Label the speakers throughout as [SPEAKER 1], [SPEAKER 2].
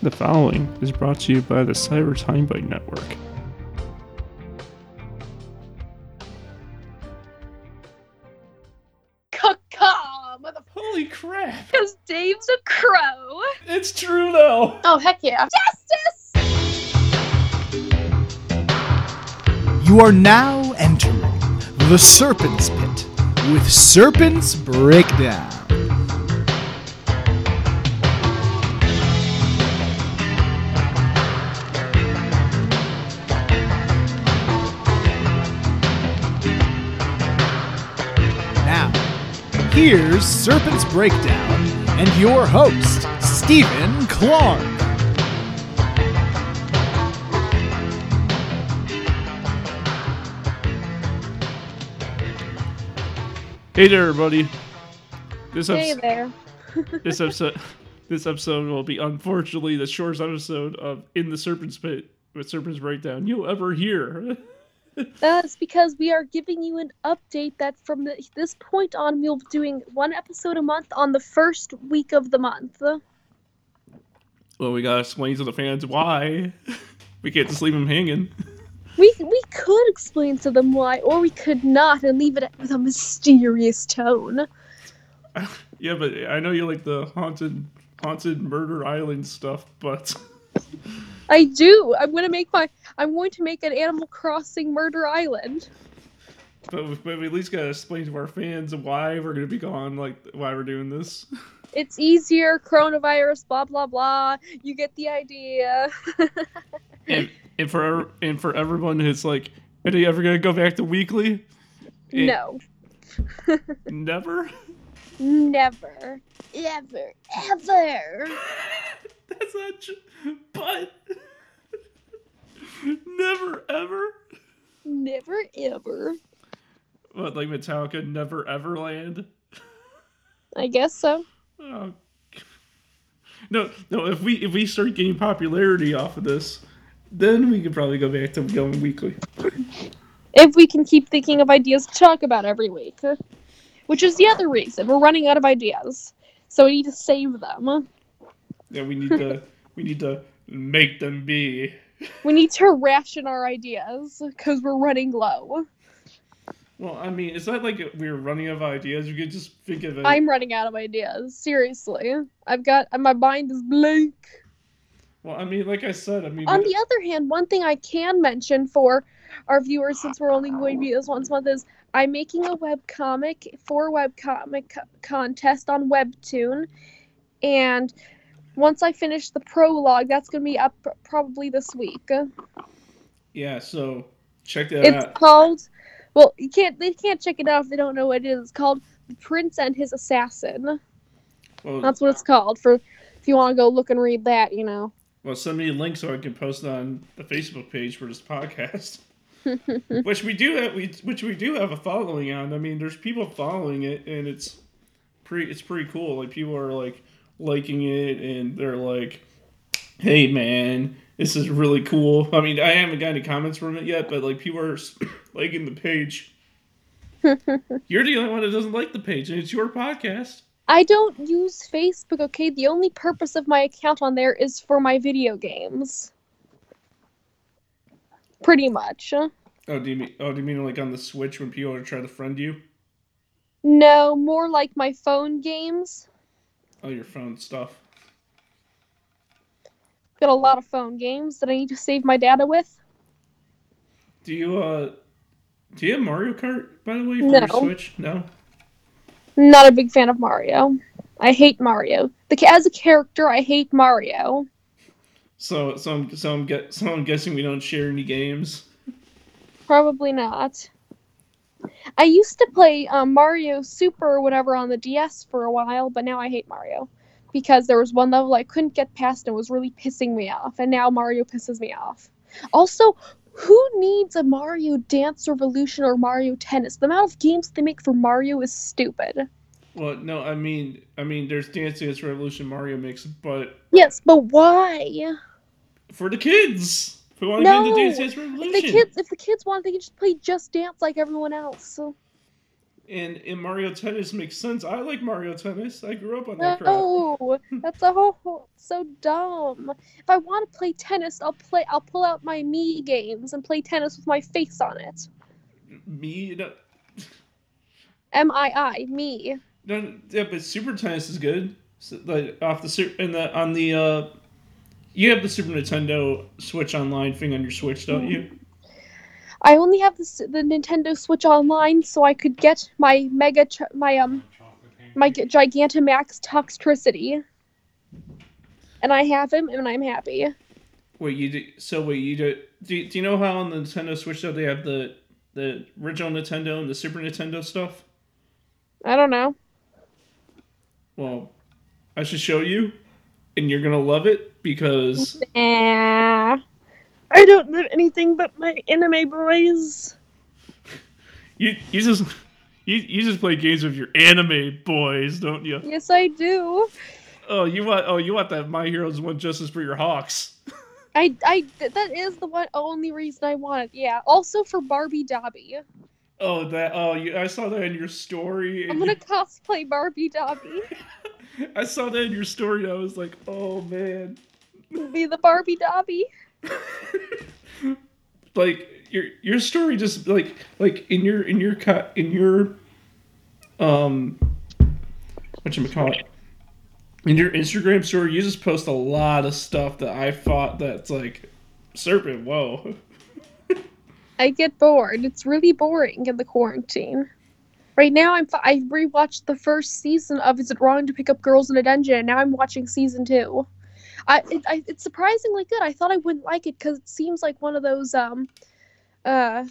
[SPEAKER 1] The following is brought to you by the Cyber Time Bite Network.
[SPEAKER 2] Caw-caw, mother.
[SPEAKER 1] Holy crap!
[SPEAKER 2] Because Dave's a crow.
[SPEAKER 1] It's true though!
[SPEAKER 2] Oh, heck yeah. Justice!
[SPEAKER 3] You are now entering the Serpent's Pit with Serpent's Breakdown. Now, here's Serpent's Breakdown and your host, Stephen Clark.
[SPEAKER 1] Hey there, everybody. This,
[SPEAKER 2] Hey
[SPEAKER 1] episode,
[SPEAKER 2] there.
[SPEAKER 1] this episode, this episode will be unfortunately the shortest episode of In the Serpent's Pit with Serpent's Breakdown you'll ever hear.
[SPEAKER 2] That's because we are giving you an update that from the, this point on, we'll be doing one episode a month on the first week of the month.
[SPEAKER 1] well, we gotta explain to the fans why we can't just leave them hanging.
[SPEAKER 2] We, we could explain to them why, or we could not, and leave it with a mysterious tone.
[SPEAKER 1] Yeah, but I know you like the haunted, haunted murder island stuff, but
[SPEAKER 2] I do. I'm gonna make my. I'm going to make an Animal Crossing Murder Island.
[SPEAKER 1] but, we- but we at least gotta explain to our fans why we're gonna be gone, like why we're doing this.
[SPEAKER 2] It's easier. Coronavirus. Blah blah blah. You get the idea.
[SPEAKER 1] and, and for and for everyone who's like, are you ever gonna go back to weekly? Eh,
[SPEAKER 2] no.
[SPEAKER 1] never.
[SPEAKER 2] Never. Ever. Ever.
[SPEAKER 1] That's not true. But never ever.
[SPEAKER 2] Never ever.
[SPEAKER 1] What like Metallica, never ever land.
[SPEAKER 2] I guess so.
[SPEAKER 1] Oh. No, no. If we if we start getting popularity off of this, then we could probably go back to going weekly.
[SPEAKER 2] If we can keep thinking of ideas to talk about every week. Which is the other reason. We're running out of ideas. So we need to save them.
[SPEAKER 1] Yeah, we need to we need to make them be.
[SPEAKER 2] We need to ration our ideas because we're running low.
[SPEAKER 1] Well, I mean, it's not like we're running out of ideas. We could just think of it.
[SPEAKER 2] I'm running out of ideas. Seriously. I've got my mind is blank.
[SPEAKER 1] Well, I mean, like I said, I mean,
[SPEAKER 2] On the other hand, one thing I can mention for our viewers, since we're only going to be this once a month, is I'm making a webcomic for webcomic co- contest on Webtoon. And once I finish the prologue, that's going to be up pr- probably this week.
[SPEAKER 1] yeah. So check that
[SPEAKER 2] It's
[SPEAKER 1] out.
[SPEAKER 2] called, well, you can't they can't check it out if they don't know what it is. It's called The Prince and His Assassin.
[SPEAKER 1] Well,
[SPEAKER 2] That's what it's called for if you want to go look and read that, you know.
[SPEAKER 1] well, send me a link so I can post it on the Facebook page for this podcast, which we do have. We which we do have a following on. I mean, there's people following it, and it's pretty. It's pretty cool. Like people are like liking it, and they're like, "Hey, man." This is really cool. I mean, I haven't got any comments from it yet, but like people are liking the page. You're the only one that doesn't like the page, and it's your podcast.
[SPEAKER 2] I don't use Facebook, okay? The only purpose of my account on there is for my video games. Pretty much.
[SPEAKER 1] Oh, do you mean? Oh, do you mean like on the Switch when people are trying to friend you?
[SPEAKER 2] No, more like my phone games.
[SPEAKER 1] Oh, your phone stuff.
[SPEAKER 2] Got a lot of phone games that I need to save my data with.
[SPEAKER 1] Do you uh, do you have Mario Kart by the way for your
[SPEAKER 2] No.
[SPEAKER 1] Switch? No.
[SPEAKER 2] Not a big fan of Mario. I hate Mario. The ca- as a character, I hate Mario.
[SPEAKER 1] So so I'm so I'm, gue- so I'm guessing we don't share any games.
[SPEAKER 2] Probably not. I used to play um, Mario Super or whatever on the DS for a while, but now I hate Mario because there was one level I couldn't get past and it was really pissing me off, and now Mario pisses me off. Also, who needs a Mario Dance Revolution or Mario Tennis? The amount of games they make for Mario is stupid.
[SPEAKER 1] Well, no, I mean I mean there's Dance Dance Revolution Mario mix, but
[SPEAKER 2] Yes, but why?
[SPEAKER 1] for the kids who want to get
[SPEAKER 2] No.
[SPEAKER 1] into Dance Dance
[SPEAKER 2] If the
[SPEAKER 1] Revolution.
[SPEAKER 2] kids, if the kids want, they can just play Just Dance like everyone else.
[SPEAKER 1] and and Mario Tennis makes sense. I like Mario Tennis. I grew up on that crap.
[SPEAKER 2] No, that's a whole so dumb. If I want to play tennis, I'll play. I'll pull out my me games and play tennis with my face on it.
[SPEAKER 1] Me, no,
[SPEAKER 2] M I I me.
[SPEAKER 1] no, yeah, but Super Tennis is good. So, like off the Sup- in the on the uh, you have the Super Nintendo Switch Online thing on your Switch, don't you?
[SPEAKER 2] I only have this, the Nintendo Switch Online, so I could get my mega ch- my um my G- Gigantamax Toxtricity, and I have him, and I'm happy.
[SPEAKER 1] Wait, you do, so wait, you do, do do you know how on the Nintendo Switch though they have the the original Nintendo and the Super Nintendo stuff?
[SPEAKER 2] I don't know.
[SPEAKER 1] Well, I should show you, and you're gonna love it because
[SPEAKER 2] Nah. I don't know anything but my anime boys.
[SPEAKER 1] you you just you, you just play games with your anime boys, don't you?
[SPEAKER 2] Yes, I do.
[SPEAKER 1] Oh, you want oh you want that My Heroes One Justice for your Hawks.
[SPEAKER 2] I, I that is the one only reason I want it. Yeah. Also for Barbie Dobby.
[SPEAKER 1] Oh that oh you, I saw that in your story.
[SPEAKER 2] I'm
[SPEAKER 1] and
[SPEAKER 2] gonna cosplay Barbie Dobby.
[SPEAKER 1] you- I saw that in your story. And I was like, oh man,
[SPEAKER 2] Be the Barbie Dobby.
[SPEAKER 1] like your your story just like like in your in your cut in your um what you call it in your Instagram story you just post a lot of stuff that I thought that's like serpent whoa
[SPEAKER 2] I get bored. It's really boring in the quarantine. Right now, I'm fi- I rewatched the first season of Is It Wrong to Pick Up Girls in a Dungeon, and now I'm watching season two. I, it, I it's surprisingly good. I thought I wouldn't like it because it seems like one of those um, uh,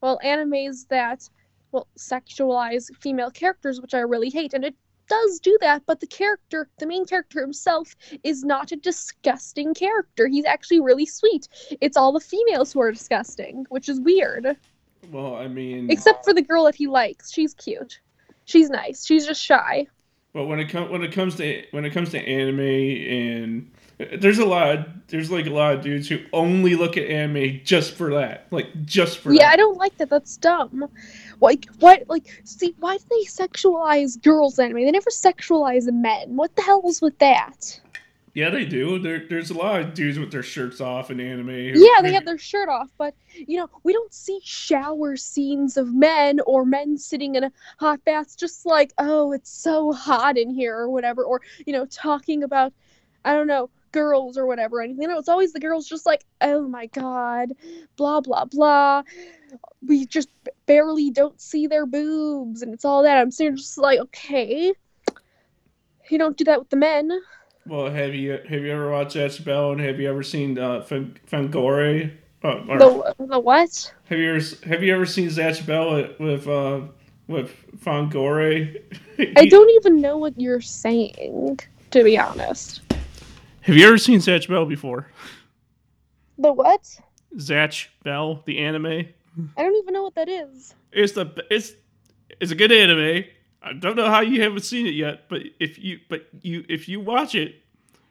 [SPEAKER 2] well, animes that well sexualize female characters, which I really hate, and it does do that. But the character, the main character himself, is not a disgusting character. He's actually really sweet it's all the females who are disgusting, which is weird.
[SPEAKER 1] well I mean
[SPEAKER 2] Except for the girl that he likes. She's cute. She's nice. She's just shy.
[SPEAKER 1] But when it comes when it comes to when it comes to anime and there's a lot there's like a lot of dudes who only look at anime just for that like just for
[SPEAKER 2] Yeah, I
[SPEAKER 1] that.
[SPEAKER 2] don't like that. That's dumb. Like, what? Like, see, why do they sexualize girls anime? They never sexualize men. What the hell is with that?
[SPEAKER 1] yeah they do there, there's a lot of dudes with their shirts off in anime who-
[SPEAKER 2] Yeah, they
[SPEAKER 1] who-
[SPEAKER 2] have their shirt off, but you know, we don't see shower scenes of men or men sitting in a hot bath just like, oh, it's so hot in here or whatever, or you know, talking about I don't know, girls or whatever, anything. You know, it's always the girls just like, oh my god, blah blah blah. We just b- barely don't see their boobs and it's all that. I'm sitting here just like, okay. You don't do that with the men.
[SPEAKER 1] Well, have you have you ever watched Ash Bell and have you ever seen uh, Fan- Fangore? Uh, or-
[SPEAKER 2] The the what?
[SPEAKER 1] have you ever have you ever seen Zatch Bell with uh, with Fangore?
[SPEAKER 2] I don't even know what you're saying, to be honest.
[SPEAKER 1] Have you ever seen Zatch Bell before?
[SPEAKER 2] The what?
[SPEAKER 1] Zatch Bell, the anime.
[SPEAKER 2] I don't even know what that is.
[SPEAKER 1] It's the it's it's a good anime. I don't know how you haven't seen it yet, but if you but you if you watch it,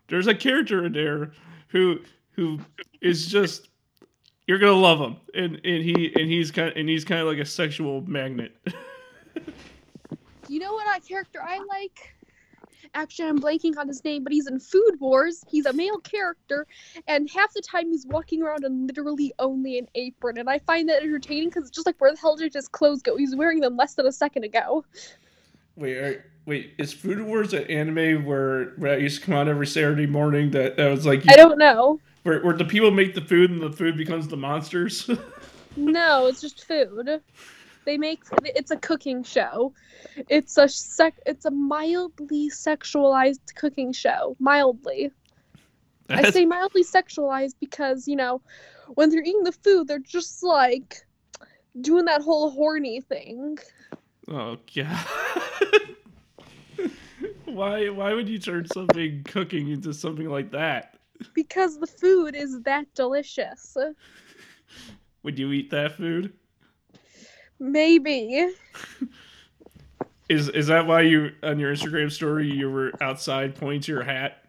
[SPEAKER 1] there's a character in there who who is just you're gonna love him, and and he and he's kind and he's kind of like a sexual magnet.
[SPEAKER 2] You know what uh, character I like? Actually, I'm blanking on his name, but he's in Food Wars. He's a male character, and half the time he's walking around in literally only an apron, and I find that entertaining because it's just like, where the hell did his clothes go? He's wearing them less than a second ago.
[SPEAKER 1] Wait, are, wait, is Food Wars an anime where where that used to come out every Saturday morning? That that was like
[SPEAKER 2] I don't know.
[SPEAKER 1] where where the people make the food and the food becomes the monsters.
[SPEAKER 2] No, it's just food. They make it's a cooking show. It's a sec. It's a mildly sexualized cooking show. Mildly. I say mildly sexualized because, you know, when they're eating the food, they're just like doing that whole horny thing.
[SPEAKER 1] Oh god. why why would you turn something cooking into something like that?
[SPEAKER 2] Because the food is that delicious.
[SPEAKER 1] Would you eat that food?
[SPEAKER 2] Maybe.
[SPEAKER 1] Is is that why you on your Instagram story you were outside pointing to your hat?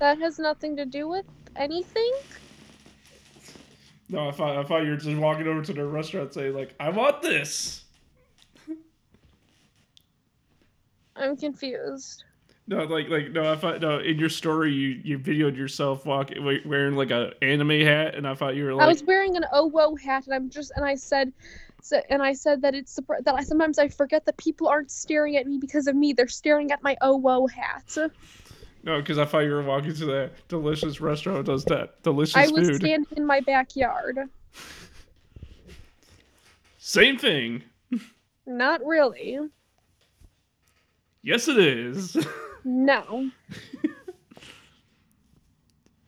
[SPEAKER 2] That has nothing to do with anything.
[SPEAKER 1] No, I thought I thought you were just walking over to the restaurant saying like, I want this.
[SPEAKER 2] I'm confused.
[SPEAKER 1] No, like like no, I thought no. In your story, you you videoed yourself walking we- wearing like a anime hat, and I thought you were
[SPEAKER 2] I
[SPEAKER 1] like
[SPEAKER 2] was wearing an oh whoa hat, and I'm just and I said, so, and I said that it's surpri- that I sometimes I forget that people aren't staring at me because of me. They're staring at my oh whoa hat.
[SPEAKER 1] no, because I thought you were walking to that delicious restaurant that does that delicious
[SPEAKER 2] I was
[SPEAKER 1] food.
[SPEAKER 2] standing in my backyard.
[SPEAKER 1] Same thing.
[SPEAKER 2] Not really.
[SPEAKER 1] Yes, it is.
[SPEAKER 2] No.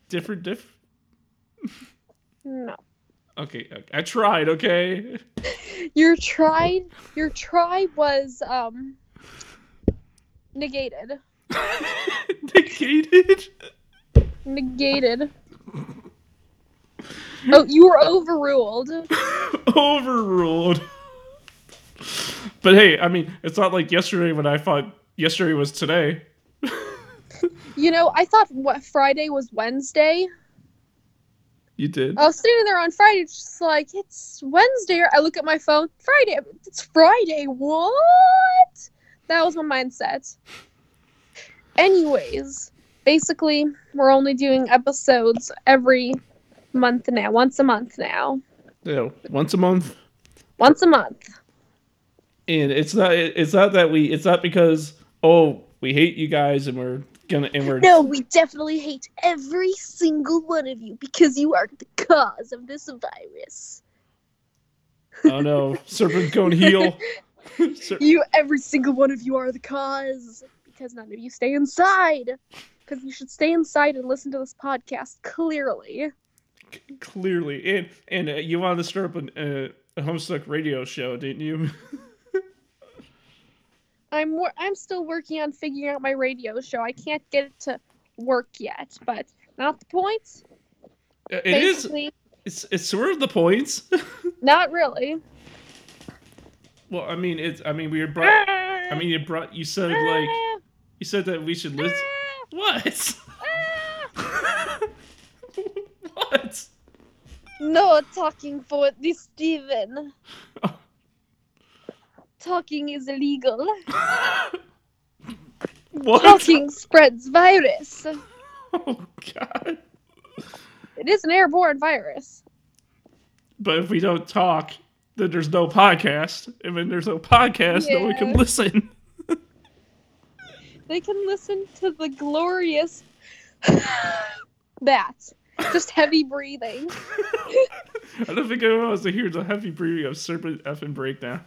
[SPEAKER 1] different, different.
[SPEAKER 2] No.
[SPEAKER 1] Okay, okay, I tried. Okay,
[SPEAKER 2] Your try your try was um negated.
[SPEAKER 1] negated.
[SPEAKER 2] Negated. Oh, you were overruled.
[SPEAKER 1] Overruled. But hey, I mean, it's not like yesterday when I thought yesterday was today.
[SPEAKER 2] You know, I thought what Friday was Wednesday.
[SPEAKER 1] You did.
[SPEAKER 2] I was sitting there on Friday, just like it's Wednesday. I look at my phone. Friday. It's Friday. What? That was my mindset. Anyways, basically, we're only doing episodes every month now. Once a month now.
[SPEAKER 1] Yeah, once a month.
[SPEAKER 2] Once a month.
[SPEAKER 1] and it's not it's not that we it's not because oh we hate you guys and we're gonna and we're
[SPEAKER 2] No, we definitely hate every single one of you because you are the cause of this virus.
[SPEAKER 1] oh no serpent cone heel Ser-
[SPEAKER 2] You, every single one of you, are the cause because none of you stay inside. Because you should stay inside and listen to this podcast clearly.
[SPEAKER 1] clearly and and uh, you wanted to start up an, uh, a homestuck radio show didn't you
[SPEAKER 2] I'm wor- I'm still working on figuring out my radio show. I can't get it to work yet, but not the point.
[SPEAKER 1] it is
[SPEAKER 2] Basically,
[SPEAKER 1] it's it's sort of the points
[SPEAKER 2] not really.
[SPEAKER 1] well I mean it's I mean we were brought I mean you brought you said like you said that we should listen what what
[SPEAKER 2] no talking for this Steven. talking is illegal.
[SPEAKER 1] what
[SPEAKER 2] Talking spreads virus.
[SPEAKER 1] oh god.
[SPEAKER 2] It is an airborne virus.
[SPEAKER 1] But if we don't talk, then there's no podcast. And when there's no podcast, no one can
[SPEAKER 2] Yeah.
[SPEAKER 1] listen.
[SPEAKER 2] they can listen to the glorious that just heavy breathing
[SPEAKER 1] I don't think anyone wants to hear the heavy breathing of Serpent effing breakdown.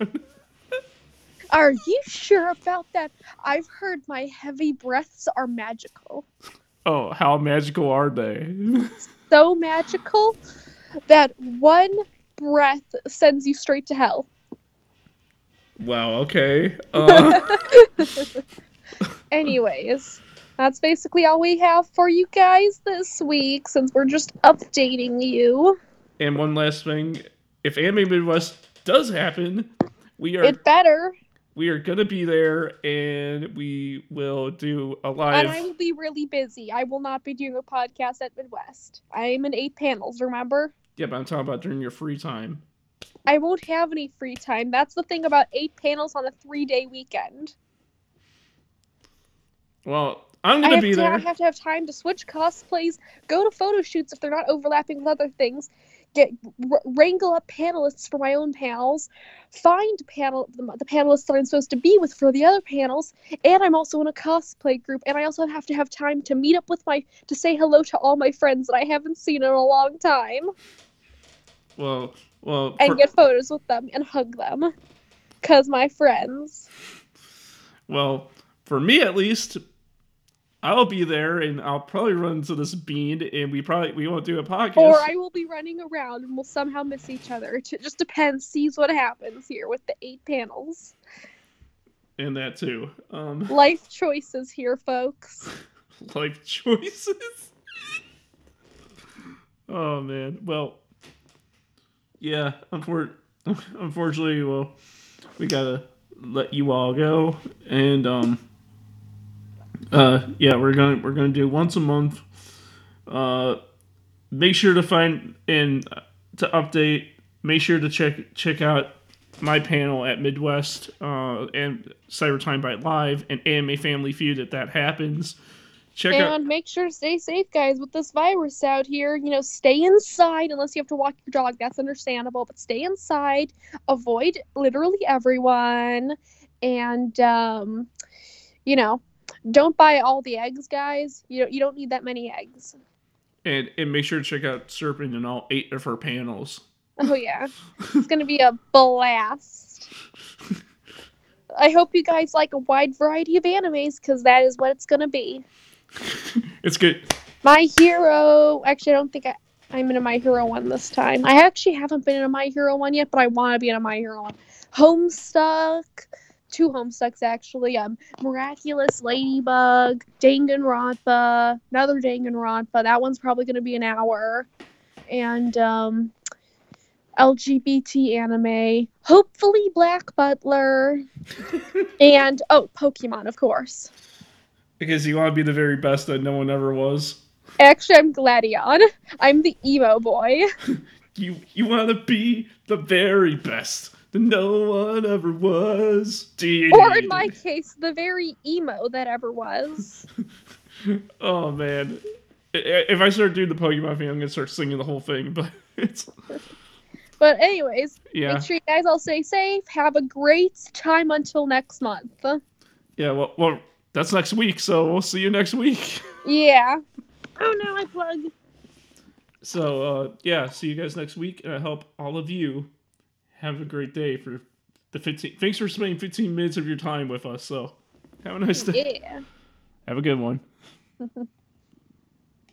[SPEAKER 2] are you sure about that i've heard my heavy breaths are magical
[SPEAKER 1] oh, how magical are they?
[SPEAKER 2] so magical that one breath sends you straight to hell
[SPEAKER 1] wow, okay. Uh,
[SPEAKER 2] anyways that's basically all we have for you guys this week since we're just updating you
[SPEAKER 1] and one last thing if Anime Midwest does happen, we are
[SPEAKER 2] it better
[SPEAKER 1] we are gonna be there and we will do a
[SPEAKER 2] and i
[SPEAKER 1] live
[SPEAKER 2] will be really busy i will not be doing a podcast at midwest i'm in eight panels remember
[SPEAKER 1] Yeah, but I'm talking about during your free time.
[SPEAKER 2] I won't have any free time. That's the thing about eight panels on a three day weekend.
[SPEAKER 1] Well, I'm
[SPEAKER 2] I
[SPEAKER 1] gonna
[SPEAKER 2] have,
[SPEAKER 1] be
[SPEAKER 2] to,
[SPEAKER 1] there.
[SPEAKER 2] I have to have time to switch cosplays, go to photo shoots if they're not overlapping with other things, get wr- wrangle up panelists for my own panels, find panel the, the panelists that I'm supposed to be with for the other panels, and I'm also in a cosplay group, and I also have to have time to meet up with my to say hello to all my friends that I haven't seen in a long time,
[SPEAKER 1] Well, well,
[SPEAKER 2] and
[SPEAKER 1] for-
[SPEAKER 2] get photos with them and hug them, cause my friends.
[SPEAKER 1] Well, for me at least, I'll be there and I'll probably run into this bean and we probably we won't do a podcast.
[SPEAKER 2] Or I will be running around and we'll somehow miss each other. It just depends. Sees what happens here with the eight panels.
[SPEAKER 1] and that too. Um
[SPEAKER 2] Life choices here, folks.
[SPEAKER 1] life choices. oh man. Well yeah, unfor- unfortunately well we gotta let you all go and um uh yeah we're gonna we're gonna do once a month uh make sure to find and to update make sure to check check out my panel at Midwest uh, and Cyber Time Bite Live and Anime Family Feud that that happens. Check out
[SPEAKER 2] And make sure to stay safe, guys, with this virus out here. You know, stay inside unless you have to walk your dog. That's understandable, but stay inside. Avoid literally everyone. And, um, you know, don't buy all the eggs, guys. You don't, you don't need that many eggs.
[SPEAKER 1] and, and make sure to check out Serpent and all eight of her panels.
[SPEAKER 2] Oh, yeah. It's going to be a blast. I hope you guys like a wide variety of animes because that is what it's going to be.
[SPEAKER 1] It's good.
[SPEAKER 2] My Hero. Actually, I don't think I, I'm in a My Hero one this time. I actually haven't been in a My Hero one yet, but I want to be in a My Hero one. Homestuck. Two Homestucks, actually. Um, Miraculous Ladybug, Danganronpa, another Danganronpa. That one's probably going to be an hour. And um, LGBT anime. Hopefully, Black Butler. and, oh, Pokemon, of course.
[SPEAKER 1] Because you want to be the very best that no one ever was.
[SPEAKER 2] Actually, I'm Gladion. I'm the emo boy.
[SPEAKER 1] You you want to be the very best that no one ever was. Do
[SPEAKER 2] or in my case, the very emo that ever was.
[SPEAKER 1] Oh man, I- I- if I start doing the Pokemon thing, I'm gonna start singing the whole thing. But it's
[SPEAKER 2] But anyways,
[SPEAKER 1] yeah,
[SPEAKER 2] make sure you guys all stay safe. Have a great time until next month.
[SPEAKER 1] yeah. Well, well, that's next week, so we'll see you next week.
[SPEAKER 2] Yeah. Oh no, I plug.
[SPEAKER 1] So uh, yeah, see you guys next week, and I hope all of you have a great day for the 15. Thanks for spending 15 minutes of your time with us. So have a nice day.
[SPEAKER 2] Yeah.
[SPEAKER 1] Have a good one.